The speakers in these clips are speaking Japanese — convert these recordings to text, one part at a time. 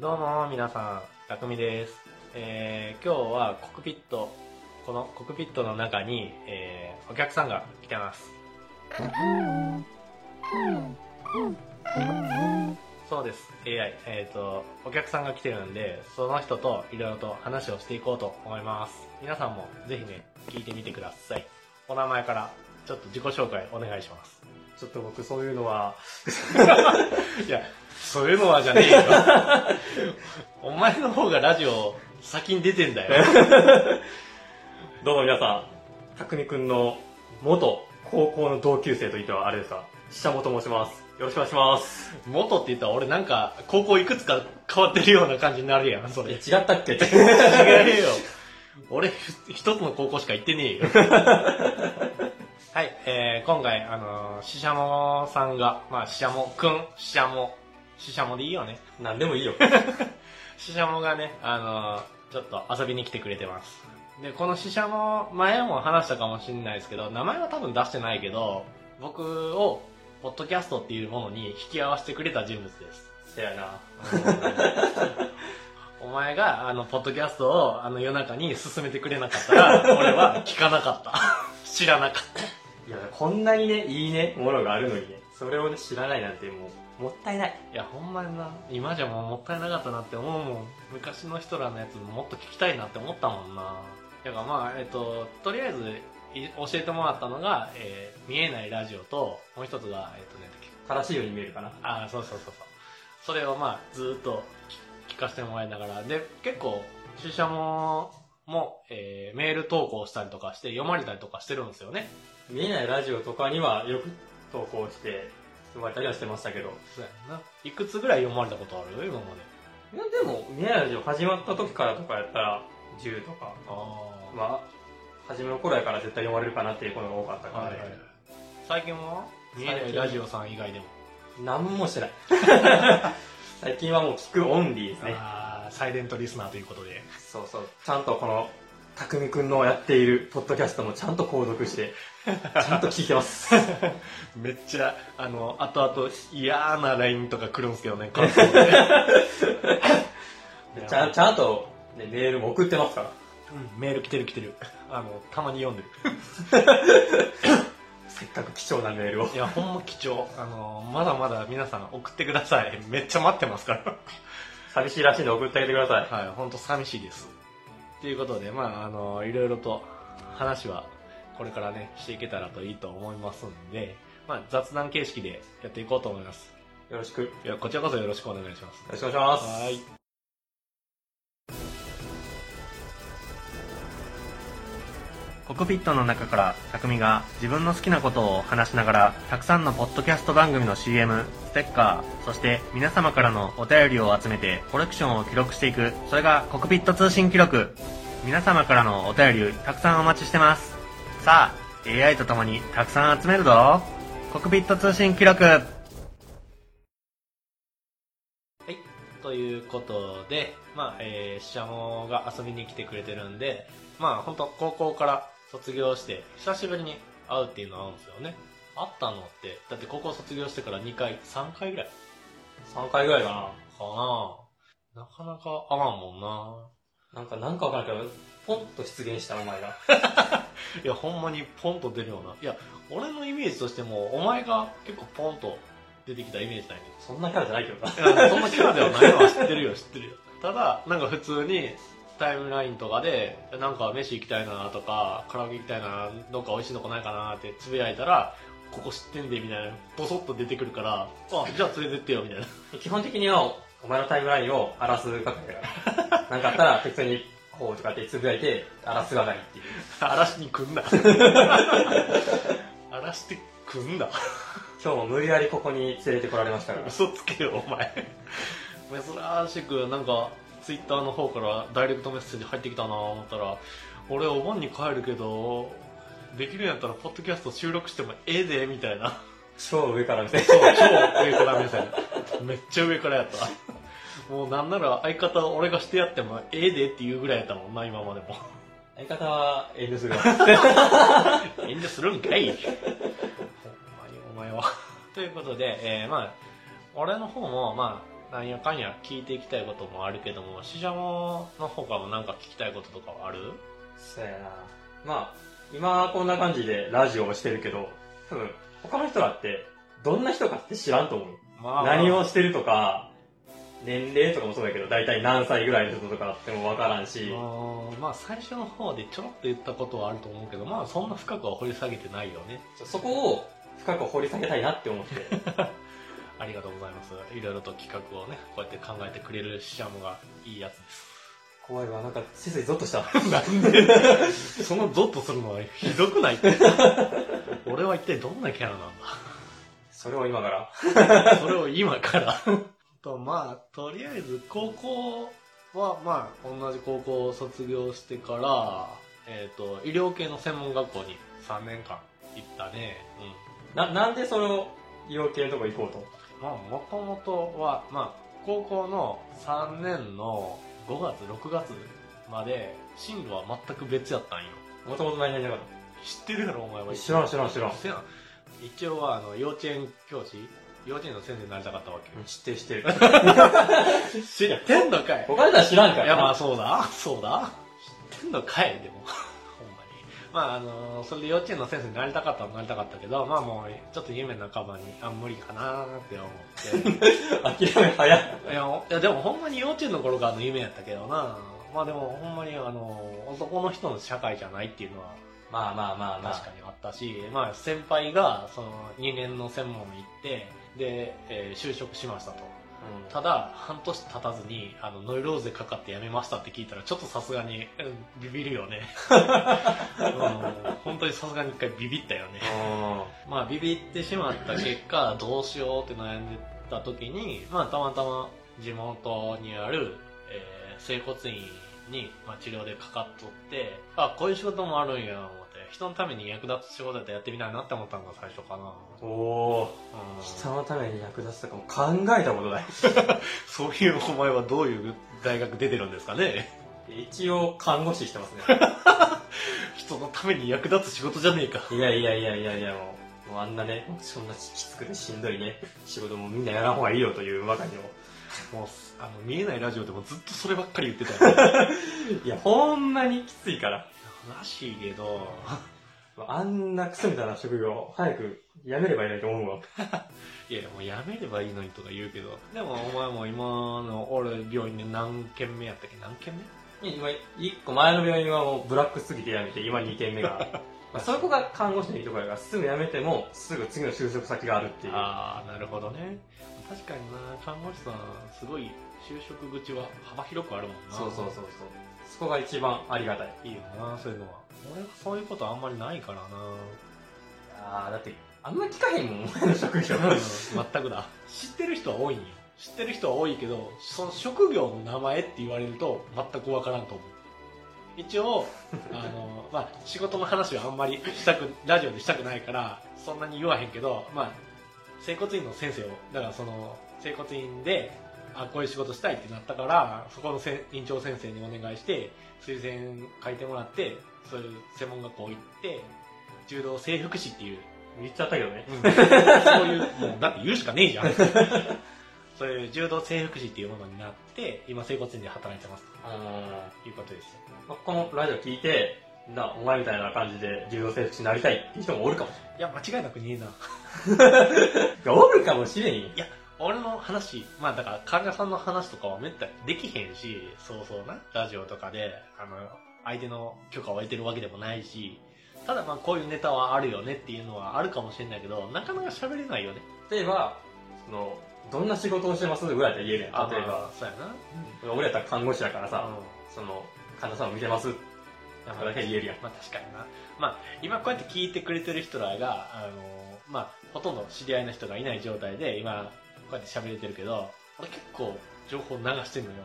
どうも皆さん、たくみです、えー今日はコックピット、このコックピットの中に、えーお客さんが来てます。そうです、AI。えっ、と、お客さんが来てるんで、その人といろいろと話をしていこうと思います。皆さんもぜひね、聞いてみてください。お名前から、ちょっと自己紹介お願いします。ちょっと僕そういうのは、いや、そういうのはじゃねえよ。 お前の方がラジオ先に出てんだよ。どうも皆さん、たくみくんの元高校の同級生といってはあれですか、下本と申します。よろしくお願いします。元って言ったら俺なんか高校いくつか変わってるような感じになるやん、それ。違違った っけえよ。俺一つの高校しか行ってねえ よ。はい、えー、今回、あのー、ししゃもさんが、まあ、ししゃもくん、ししゃも、ししゃもでいいよね。なんでもいいよ。シシャモがね、あのーちょっと遊びに来てくれてます。で、このシシャモ、前も話したかもしれないですけど、名前は多分出してないけど、僕を、ポッドキャストっていうものに引き合わせてくれた人物です。せやな。お前が、あの、ポッドキャストを、あの、夜中に進めてくれなかった ら、俺は聞かなかった。 知らなかった。いや、こんなにね、いいね、ものがあるのにね、それをね、知らないなんてもう、もったいない。いや、ほんまにな、今じゃもうもったいなかったなって思うもん。昔の人らのやつもっと聞きたいなって思ったもんな。だからまあ、えっと、とりあえずい教えてもらったのが、えー見えないラジオと、もう一つが、えっとね、正しいように見えるかな。ああ、そうそうそうそう。それをまあ、ずーっと聞聞かせてもらいながら、で、結構、出社も、も、えーメール投稿したりとかして、読まれたりとかしてるんですよね。見えないラジオとかにはよく投稿して、生まれたりはしてましたけど、そうやんな。いくつぐらい読まれたことある今まで。いやでも、見えないラジオ始まった時からとかやったら、10とか、ああ。まあ、初めの頃やから絶対読まれるかなっていうことが多かったからはいね、はい、最近は見えないラジオさん以外でも、何もし てない最近はもう聞くオンリーですねあーサイレントリスナーということ でそうそうちゃんとこのたくみくんのやっているポッドキャストもちゃんと購読して ちゃんと聞いてますめっちゃあの後々嫌な LINE とか来るんですけどね感 想ででちゃんちゃんと、ね、メールも送ってますからうんメール来てる来てるあのたまに読んでるせっかく貴重なメールを いやほんま貴重あのまだまだ皆さん送ってくださいめっちゃ待ってますから寂しいらしいの送ってあげてください はい、本当寂しいです。ということで、まあ、あの、いろいろと話はこれからね、していけたらといいと思いますんで、まあ、雑談形式でやっていこうと思います。よろしくよいや、こちらこそよろしくお願いします。ろしくお願いしますはい。コクピットの中から匠が自分の好きなことを話しながらたくさんのポッドキャスト番組の CM ステッカーそして皆様からのお便りを集めてコレクションを記録していくそれがコクピット通信記録皆様からのお便りたくさんお待ちしてますさあ AI とともにたくさん集めるぞコクピット通信記録ということで、まあ、えー、シシャモが遊びに来てくれてるんで、まあ、本当高校から卒業して、久しぶりに会うっていうのはあるんですよね。会ったのって、だって高校卒業してから2回、3回ぐらい3回ぐらいかかななかなか合わんもんなななんかなんかわからんけどポンと出現したお前がいや、ほんまにポンと出るような。いや、俺のイメージとしても、お前が結構ポンと出てきたイメージだけそんなキャラじゃないけどなど。いや、そんなキャラではないのは知ってるよ、知ってるよ。ただ、なんか普通に、タイムラインとかで、なんか飯行きたいなとか、カラオケ行きたいな、どっか美味しいとこないかなってつぶやいたら、ここ知ってんで、みたいな、ボソッと出てくるから、あ、じゃあ連れてってよ、みたいな。 基本的にはお前のタイムラインを荒らす係だから。 なんかあったら適当にこうとかってつぶやいて荒らす係っていう。荒らしに来んな。 荒らしてくんな。今日も無理やりここに連れてこられましたから。嘘つけよお前珍しくなんかツイッターの方からダイレクトメッセージ入ってきたなと思ったら俺お盆に帰るけどできるんやったらポッドキャスト収録してもええでみたいな超上から見て。そう超上から目線めっちゃ上からやったもうなんなら相方俺がしてやってもええでっていうぐらいやったもんな今までも相方は遠慮するわ。 遠慮するんかいほん まにお前はということで、えーまあ俺の方もまあなんやかんや聞いていきたいこともあるけどもシジャモの他もなんか聞きたいこととかはあるそうやなまあ今こんな感じでラジオをしてるけど多分他の人らってどんな人かって知らんと思うま何をしてるとか年齢とかもそうだけど大体何歳ぐらいの人とかっても分からんしうんまあ最初の方でちょろっと言ったことはあると思うけどまあそんな深くは掘り下げてないよねそこを深く掘り下げたいなって思ってありがとうございますいろいろと企画をねこうやって考えてくれるシジャモがいいやつ 怖いわなんか静にゾッとしたなんで そのゾッとするのはひどくないって俺は一体どんなキャラなん それを今からだそれを今からとまあとりあえず高校はまあ同じ高校を卒業してからえっ、と医療系の専門学校に3年間行ったねうんななんでそれを医療系のとこ行こうとまあ、もともとは、まあ、高校の3年の5月、6月まで、進路は全く別やったんよ。もともと何々なかっ知ってるやろ、お前は。た知らん知らん知らんせやん一応は、あの、幼稚園教師、幼稚園の先生になりたかったわけよ。知ってる知ってる知ってんのかい 他の人は知らんからいや、まあ、そうだ、そうだ。知ってんのかい、でも。 ほんまに。まあ、あのそれで幼稚園の先生になりたかったはなりたかったけど、まあもう、ちょっと夢半ばに、あ、無理かなーって思って。 諦め早いいやいやでもほんまに幼稚園の頃からの夢やったけどなまあでもほんまにあの男の人の社会じゃないっていうのはまあまあまあまあ確かにあったし、まあ先輩がその2年の専門に行ってで、えー就職しましたとうんただ半年経たずにあのノイローゼかかって辞めましたって聞いたらちょっとさすがに、うんビビる よね、うん、本当にさすがに一回ビビったよねうんまあビビってしまった結果どうしようって悩んでた時に、まあ、たまたま地元にある、えー整骨院に、まあ、治療でかかっとってあこういう仕事もあるんや思って人のために役立つ仕事やったらやってみたいなって思ったのが最初かな、おおうん人のために役立つとかも考えたことない そういうお前はどういう大学出てるんですかね一応看護師してますね人のために役立つ仕事じゃねえかいやいやいやいやいやもう、もうあんなね、そんなきつくてしんどいね、仕事もみんなやらんほうがいいよというばかりの。もうあの見えないラジオでもずっとそればっかり言ってたよいや、ほんまにきついから。らしいけどあんなクソみたいな職業、早く辞めればいいのにと思うわ。いやもうやめればいいのにとか言うけどでもお前も今の俺病院で何軒目やったっけ何軒目今、一個前の病院はもうブラックすぎて辞めて、今2軒目 が。まあ、そこが看護師のいいところやから、すぐ辞めても、すぐ次の就職先があるっていう。ああなるほどね確かにな看護師さんすごい就職口は幅広くあるもんなそうそうそうそう。そこが一番ありがたい。いいよなそういうのは俺はそういうことあんまりないからなああ、だって、あんま聞かへんもん、お前の職業。うん全くだ知ってる人は多いんよ知ってる人は多いけどその職業の名前って言われると全くわからんと思う一応あの、 まあ、仕事の話はあんまりしたくラジオでしたくないからそんなに言わへんけど、まあ、整骨院の先生をだからその整骨院であこういう仕事したいってなったからそこのせ院長先生にお願いして推薦書いてもらってそういう専門学校行って柔道整復師っていう言っちゃったけどね。そういう、もう、だって言うしかねえじゃ ん。そういう柔道整復師っていうものになって、今、整骨院で働いてますあのーということですよ。まあこのラジオ聞いて、な、お前みたいな感じで柔道整復師になりたいっていう人もおるかもしいや、間違いなくねえな。れん。 いや、おるかもしれんよ。俺の話、まあだから患者さんの話とかはめったにできへんし、そうそうな、ラジオとかで、あの、相手の許可を得てるわけでもないし、ただまあこういうネタはあるよねっていうのはあるかもしれないけど、なかなか喋れないよね。例えば、その、どんな仕事をしてますぐらいで言えるやん。例えまあば、そうやな。俺やったら看護師だからうさ、んその、患者さんを見てますとだかからだけ言えるやん。まあ確かにな。まあ今こうやって聞いてくれてる人らが、あのーまあほとんど知り合いの人がいない状態で今こうやって喋れてるけど、俺結構情報流してんのよ。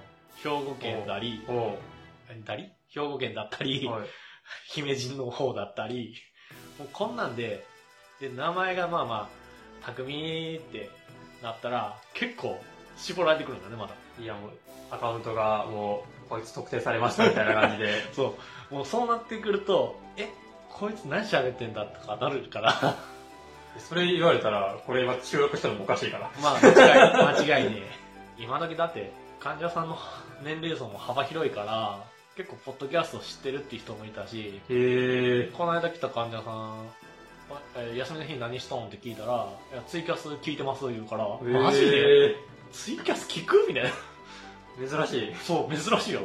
兵庫県だり、おだり兵庫県だったり、 う。はい。姫路の方だったり、もうこんなんで、で、名前がまあまあ、匠ってなったら、結構絞られてくるんだね、まだ。いや、もう、アカウントがもう、こいつ特定されましたみたいな感じで。そう。もうそうなってくると、え、こいつ何喋ってんだとかなるから、それ言われたら、これ今収録したのもおかしいから。まあ、間違い、間違いねえ。今だけだって患者さんの 年齢層も幅広いから結構ポッドキャストを知ってるっていう人もいたしへえこの間来た患者さんあえー休みの日何したんって聞いたらいや「ツイキャス聞いてます」言うから「マジでツイキャス聞く?」みたいな珍し いそう珍しいよ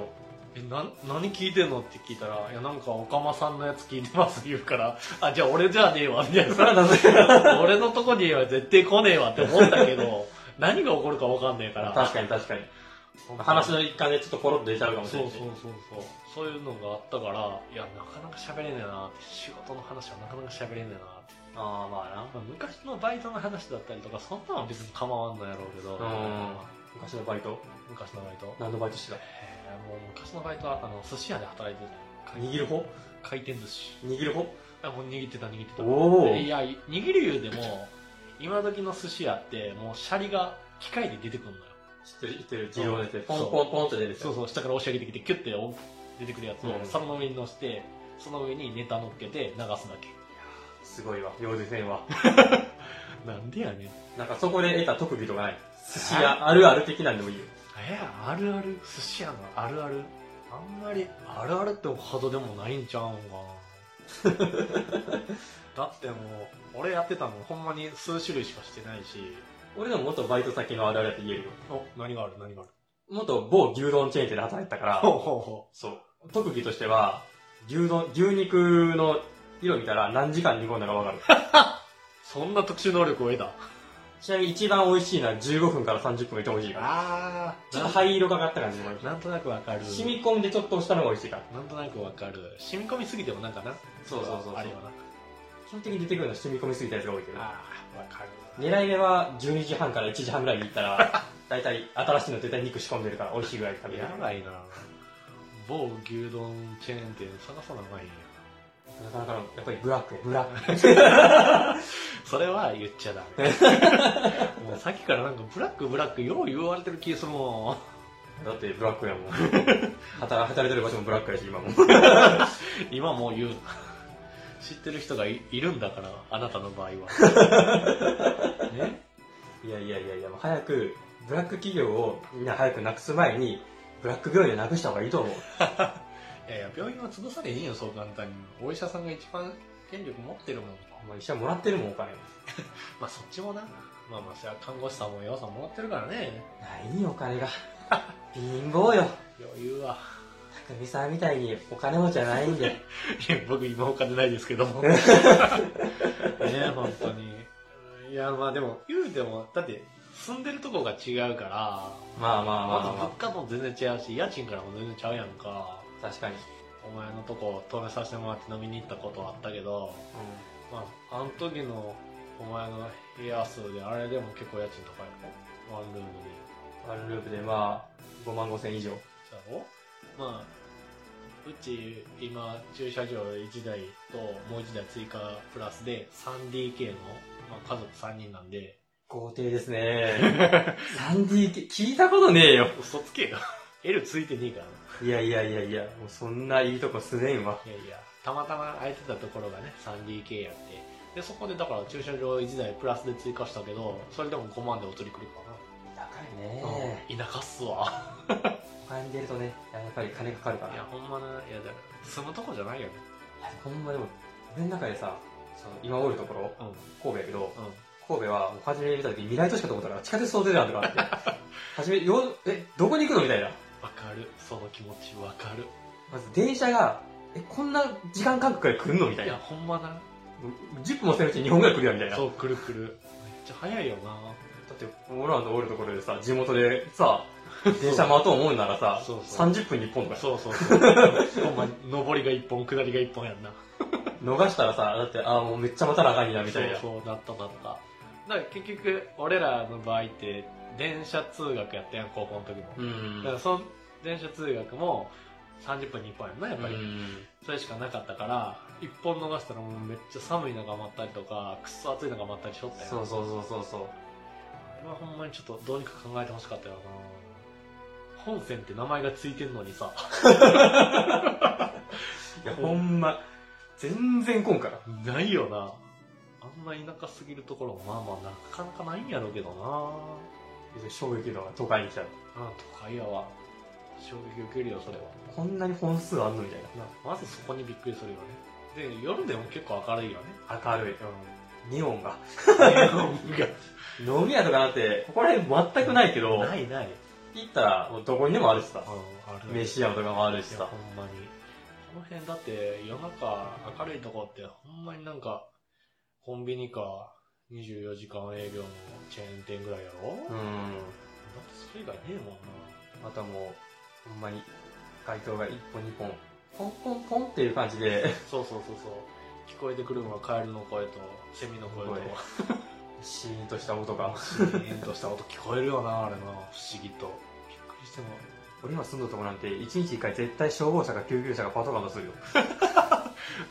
えな何聞いてんのって聞いたら「いやなんかおかまさんのやつ聞いてます」言うから「あじゃあ俺じゃねえわ」みたいなそれは謎や俺のとこには絶対来ねえわって思ったけど何が起こるか分かんねえから確かに確かに話の一環でちょっとポロッと出ちゃうかもしそれうないそうそうそうそういうのがあったからいやなかなか喋れねえなって仕事の話はなかなか喋れねえなって、ああまあなまあ、昔のバイトの話だったりとかそんなんは別に構わんのやろうけどうん昔のバイト昔のバイト何のバイトしてえーもう昔のバイトはあの寿司屋で働いてたた握る方回転寿司握る方あもう握ってた握ってたおおいや握る言うでも今時の寿司屋ってもうシャリが機械で出てくるのよ知ってる知ってる自動でてポンそうポンポンって出るそううそう下から押し上げてきてキュッてお出てくるやつうをん皿の上に乗せてその上にネタ乗っけて流すだけすごいわ幼児線はなんでやねんなんかそこで得た特技とかない寿司はい屋あるある的なんでもいいよえあるある寿司屋のあるあるあんまりあるあるってほどでもないんちゃうんか なだってもう俺やってたのほんまに数種類しかしてないし俺でも元バイト先のあるあるって言えるよお何がある何がある元某牛丼チェーン店で働いて たからほうほうほそう特技としては牛丼牛肉の色見たら何時間煮込んだか分かる うそんな特殊能力を得たちなみに一番美味しいのは15分から30分が一番美味しいからあちょっと灰色がかった感じもあるなんとなくわかる染み込んでちょっと押したのが美味しいからなんとなくわかる染み込みすぎてもなんかなそうそうそうそうあるよな基本的に出てくるのは染み込みすぎたやつが多いけどああわかる狙い目は12時半から1時半ぐらいに行った ら大体新しいの絶対肉仕込んでるから美味しいぐらいで食べれやるなばいな某牛丼チェーン店探さなあかんやかなかのやっぱりブラックやブラックそれは言っちゃダ メもうさっきからなんかブラックブラックよう言われてる気するもだってブラック やもん働働いてる場所もブラックやし今もん今もう言うな知ってる人がいいるんだからあなたの 場合はねいやいやいやいやもう早くブラック企業をみんな早くなくす前にブラック病院をなくした方がいいと思ういやいや病院は潰されへんよそう簡単にお医者さんが一番権力持ってるもんお前医者もらってるもんお金まあそっちもなまあまあそれは看護師さんも弱さんもらってるからねないよお金 が貧乏よ余裕は匠さんみたいにお金持ちじゃないんでいや 僕今お金ないですけど もね本当にいやまあでも言うてもだって住んでるとこが違うからまあまあままあずまあ、物ま価も全然違うし家賃からも全然ちゃうやんかあ、確かに、お前のとこ泊めさせてもらって飲みに行ったことはあったけどまああの時のお前の部屋数であれでも結構家賃高いのワンルームでワンループでまあ5万5千以上だろまあうち今駐車場1台ともう1台追加プラスで 3DK の、まあ、家族3人なんで豪邸ですね 3DK 聞いたことねえよ嘘つけよ L ついてねえからないやいやいやいやもうそんないいとこ住めんわいやいやたまたま空いてたところがね 3DK やってでそこでだから駐車場1台プラスで追加したけどそれでも5万でお釣り来るか高いな、ねうん田舎っすわお金出るとねやっぱり金かかるからいやほんまないやだから住むとこじゃないよねほんまでも俺の中でさその今おるところうんうん神戸やけど神戸はもう初め見た時未来都市かと思ったから地下鉄想定なんとかあって初めようえどこに行くのみたいなわかるその気持ちわかるまず電車がえこんな時間間隔で来るのみたいいやなほんまな10分もせんうちに2本ぐらい来るやんみたいなそうくるくるめっちゃ早いよなだって俺らのおるところでさ地元でさ電車待とう思うならさそうそう30分に1本とかさそうそうそうほんま上りが一本下りが一本やんな逃したらさだってああもうめっちゃ待たなあかんになみたいなそうそうなったなっただから結局俺らの場合って電車通学やったやん高校の時も、うんだからその電車通学も30分に1本やんなやっぱり、うんそれしかなかったから1本逃したらもうめっちゃ寒い中待ったりとかくっそ暑い中待ったりしとったよそうそうそうそうそうこれはほんまにちょっとどうにか考えてほしかったよな本線って名前がついてんのにさいやほんま全然来んからないよなあんな田舎すぎるところもまあまあなかなかないんやろうけどな衝撃度が都会に来たらあ都会やわ衝撃受けるよそれはこんなに本数あんのみたいなまずそこにびっくりするよねで夜でも結構明るいよねな明るい、うん、ネオンが な飲み屋とかなってここら辺全くないけどいない行ったらもうどこにでもあるしさある飯屋とかもあるしいやさほんまにこの辺だって夜中明るいとこってほんまになんかコンビニか24時間営業のチェーン店ぐらいやろ、だうってんそれ以外ねえもんあとはもうほんまに街灯が1本2本ポンポンポンっていう感じ でなそうそうそうそう聞こえてくるのはカエルの声とセミの声と声シーンとした音が シーンとした音聞こえるよなあれな不思議とびっくりしても俺今住んどるとこなんて1日1回絶対消防車か救急車かパトカーがするよ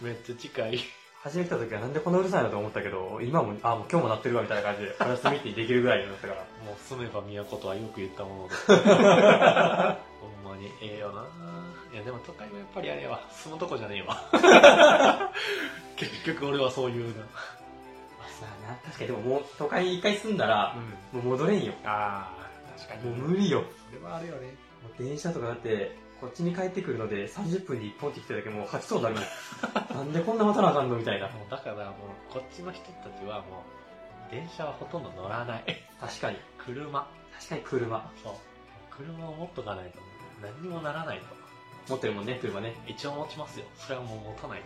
めっちゃ近い初め来た時はなんでこんなうるさいのと思ったけど今もあもう今日も鳴ってるわみたいな感じでお休みってできるぐらいになったからもう住めば都とはよく言った ものでほんまにええよないやでも都会はやっぱりあれやわ住むとこじゃねえわ 結局俺はそう言うなまあさあな確かにでももう都会に1回住んだらんもう戻れんよああ確かもうもう無理よもそれはあるよねう電車とかだってこっちに帰ってくるので30分に1本って来た時もう吐きそうになるも んなんでこんな待たなあかんのみたいなもうだからもうこっちの人たちはもう電車はほとんど乗らない 確かに車確かに車そう車を持っとかないと何にもならないと持ってるもんね車ね一応持ちますよそれはもう持たない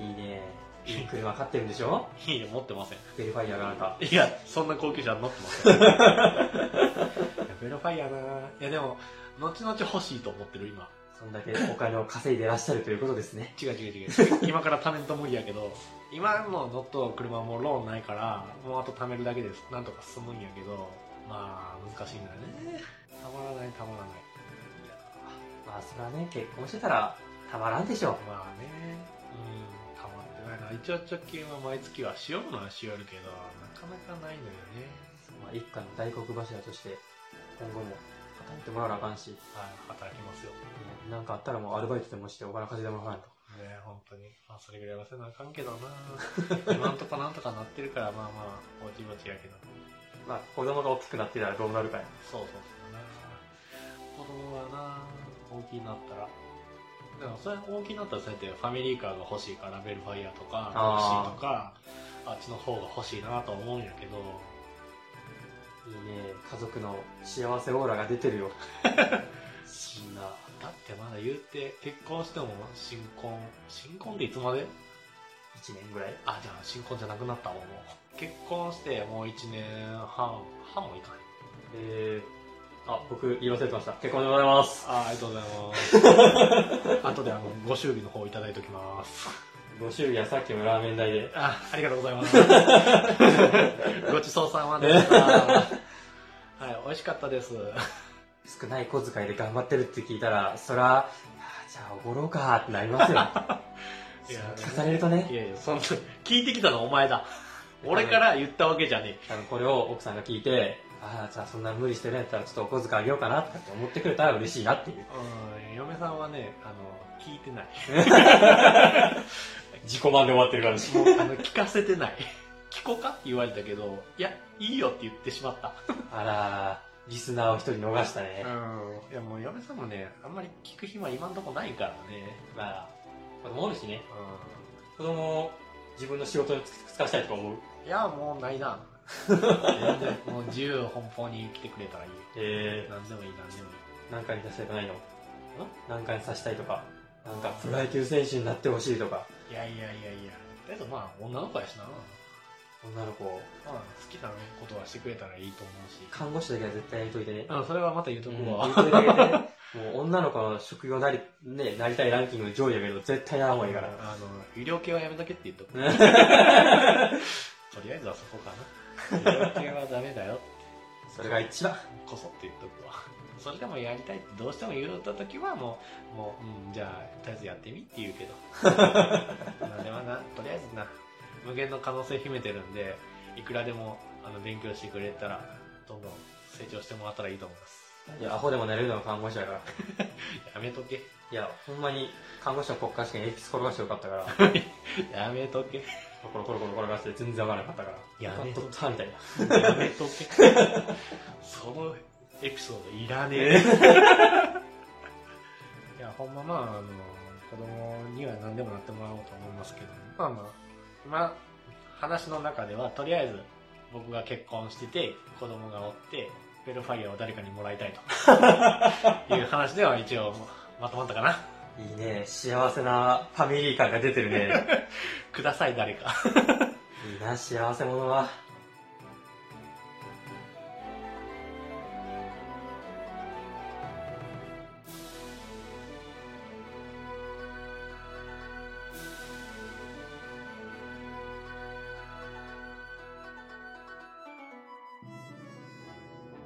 いいねいい車買ってるんでしょといいえ持ってませんベルファイアがあなたいや、そんな高級車乗ってます。いやベロファイアなぁいや、でも、後々欲しいと思ってる、今。そんだけお金を稼いでらっしゃるということですね違う違う 違う。今から貯めんと無理やけど、今の乗っとう車もローンないから、もうあと貯めるだけです。なんとか進むんやけど、まあ、難しいんだね。たまらない、たまらない。いやまあそれはね結婚してたらたまらんでしょまあね、うん、たまってないな。一応貯金は毎月はしようのはしよるけど、なかなかないのよね。まあ、一家の大黒柱として今後も働いてもらわなあかんし、ねはい、働きますよ。なんかあったらもうアルバイトでもしてお金稼いでもらわないとねえ本当にまあそれぐらいはせなあ かんけどな今んとこなんとかなってるからまあまあぼちぼちやけどまあ子供が大きくなってたらどうなるかやそうそうそうな子供はな大きいなったらでもそれ大きいなったらそうやってファミリーカーが欲しいからベルファイアとかタクシあーーとかあっちの方が欲しいなと思うんやけどいいね家族の幸せオーラが出てる よそんなだってまだ言うて結婚しても新婚新婚っていつまで1年ぐらいあじゃあ新婚じゃなくなったわもう結婚してもう1年半半もいかないえー、あ僕言い忘れてました結婚でございますあーありがとうござい ます。後であのご祝儀の方いただいておきます。ご祝儀はさっきのラーメン代であ、ありがとうござい ます。ごちそうさまでした。はい、美味しかったです。少ない小遣いで頑張ってるって聞いたらそらあーじゃあおごろうかってなり ますよいやそう聞かされるとねいやいや、そんな聞いてきたのお前だ。俺から言ったわけじゃね多分これを奥さんが聞いて、ああ、じゃあそんな無理してるんやったらちょっとお小遣いあげようかなとかって思ってくれたら嬉しいなっていう。え。うん、嫁さんはね、あの、聞い てない。自己満で終わってる感じ。もう、あの、聞かせてない。聞こうかって言われたけど、いや、いいよって言ってしまった。あらー、リスナーを一人逃したね。うん。いや、もう嫁さんもね、あんまり聞く暇今んとこないからね。まあ、子供おるしね、うん。子供を自分の仕事につかしたいとか思う。いや、もうない な。全然、もう自由奔放に来てくれたらいいよ。え何でもいい、何でもいい。ー、なんかにさせたくないのんなんかにさしたいとか、なんかプロ野球選手になってほしいとか、いやいやいやいや。だけどまあ、女の子やしな。ま女の子を、あ、好きなことはしてくれたらいいと思うし。看護師だけは絶対やめといてね。うん、それはまた言うとうこんわ。言うといてあげてねもう女の子の職業なり、ね、なりたいランキングの上位やけど、絶対ならんほうがいいから。あの、医療系はやめとけって言っとく。 とりあえずはそこか な。医療系はダメだよ。それが一番。こそって言っとくわ。それでもやりたいってどうしても言うたときはもう、もう、うん、じゃあ、とりあえずやってみって言うけど。 まあでもな、とりあえずな、無限の可能性秘めてるんで、いくらでもあの勉強してくれたら、どんどん成長してもらったらいいと思います。いや、アホでもなれるのが看護師だから。やめとけ。いや、ほんまに、看護師の国家試験、鉛筆転がしてよかったから、 やめとけ。コロコロコロ転がして全然わからなかったから、やめ とったみたいな。やめとけ。そそのエピソードいらねええ。いや、ほんままあ、あの、子供には何でもなってもらおうと思いますけど、まあまあ、今、話の中では、とりあえず、僕が結婚してて、子供がおって、ベルファイアを誰かにもらいたいという話では一応、まとまったかな。いいね幸せなファミリー感が出てるねください、誰か。いいな幸せ者は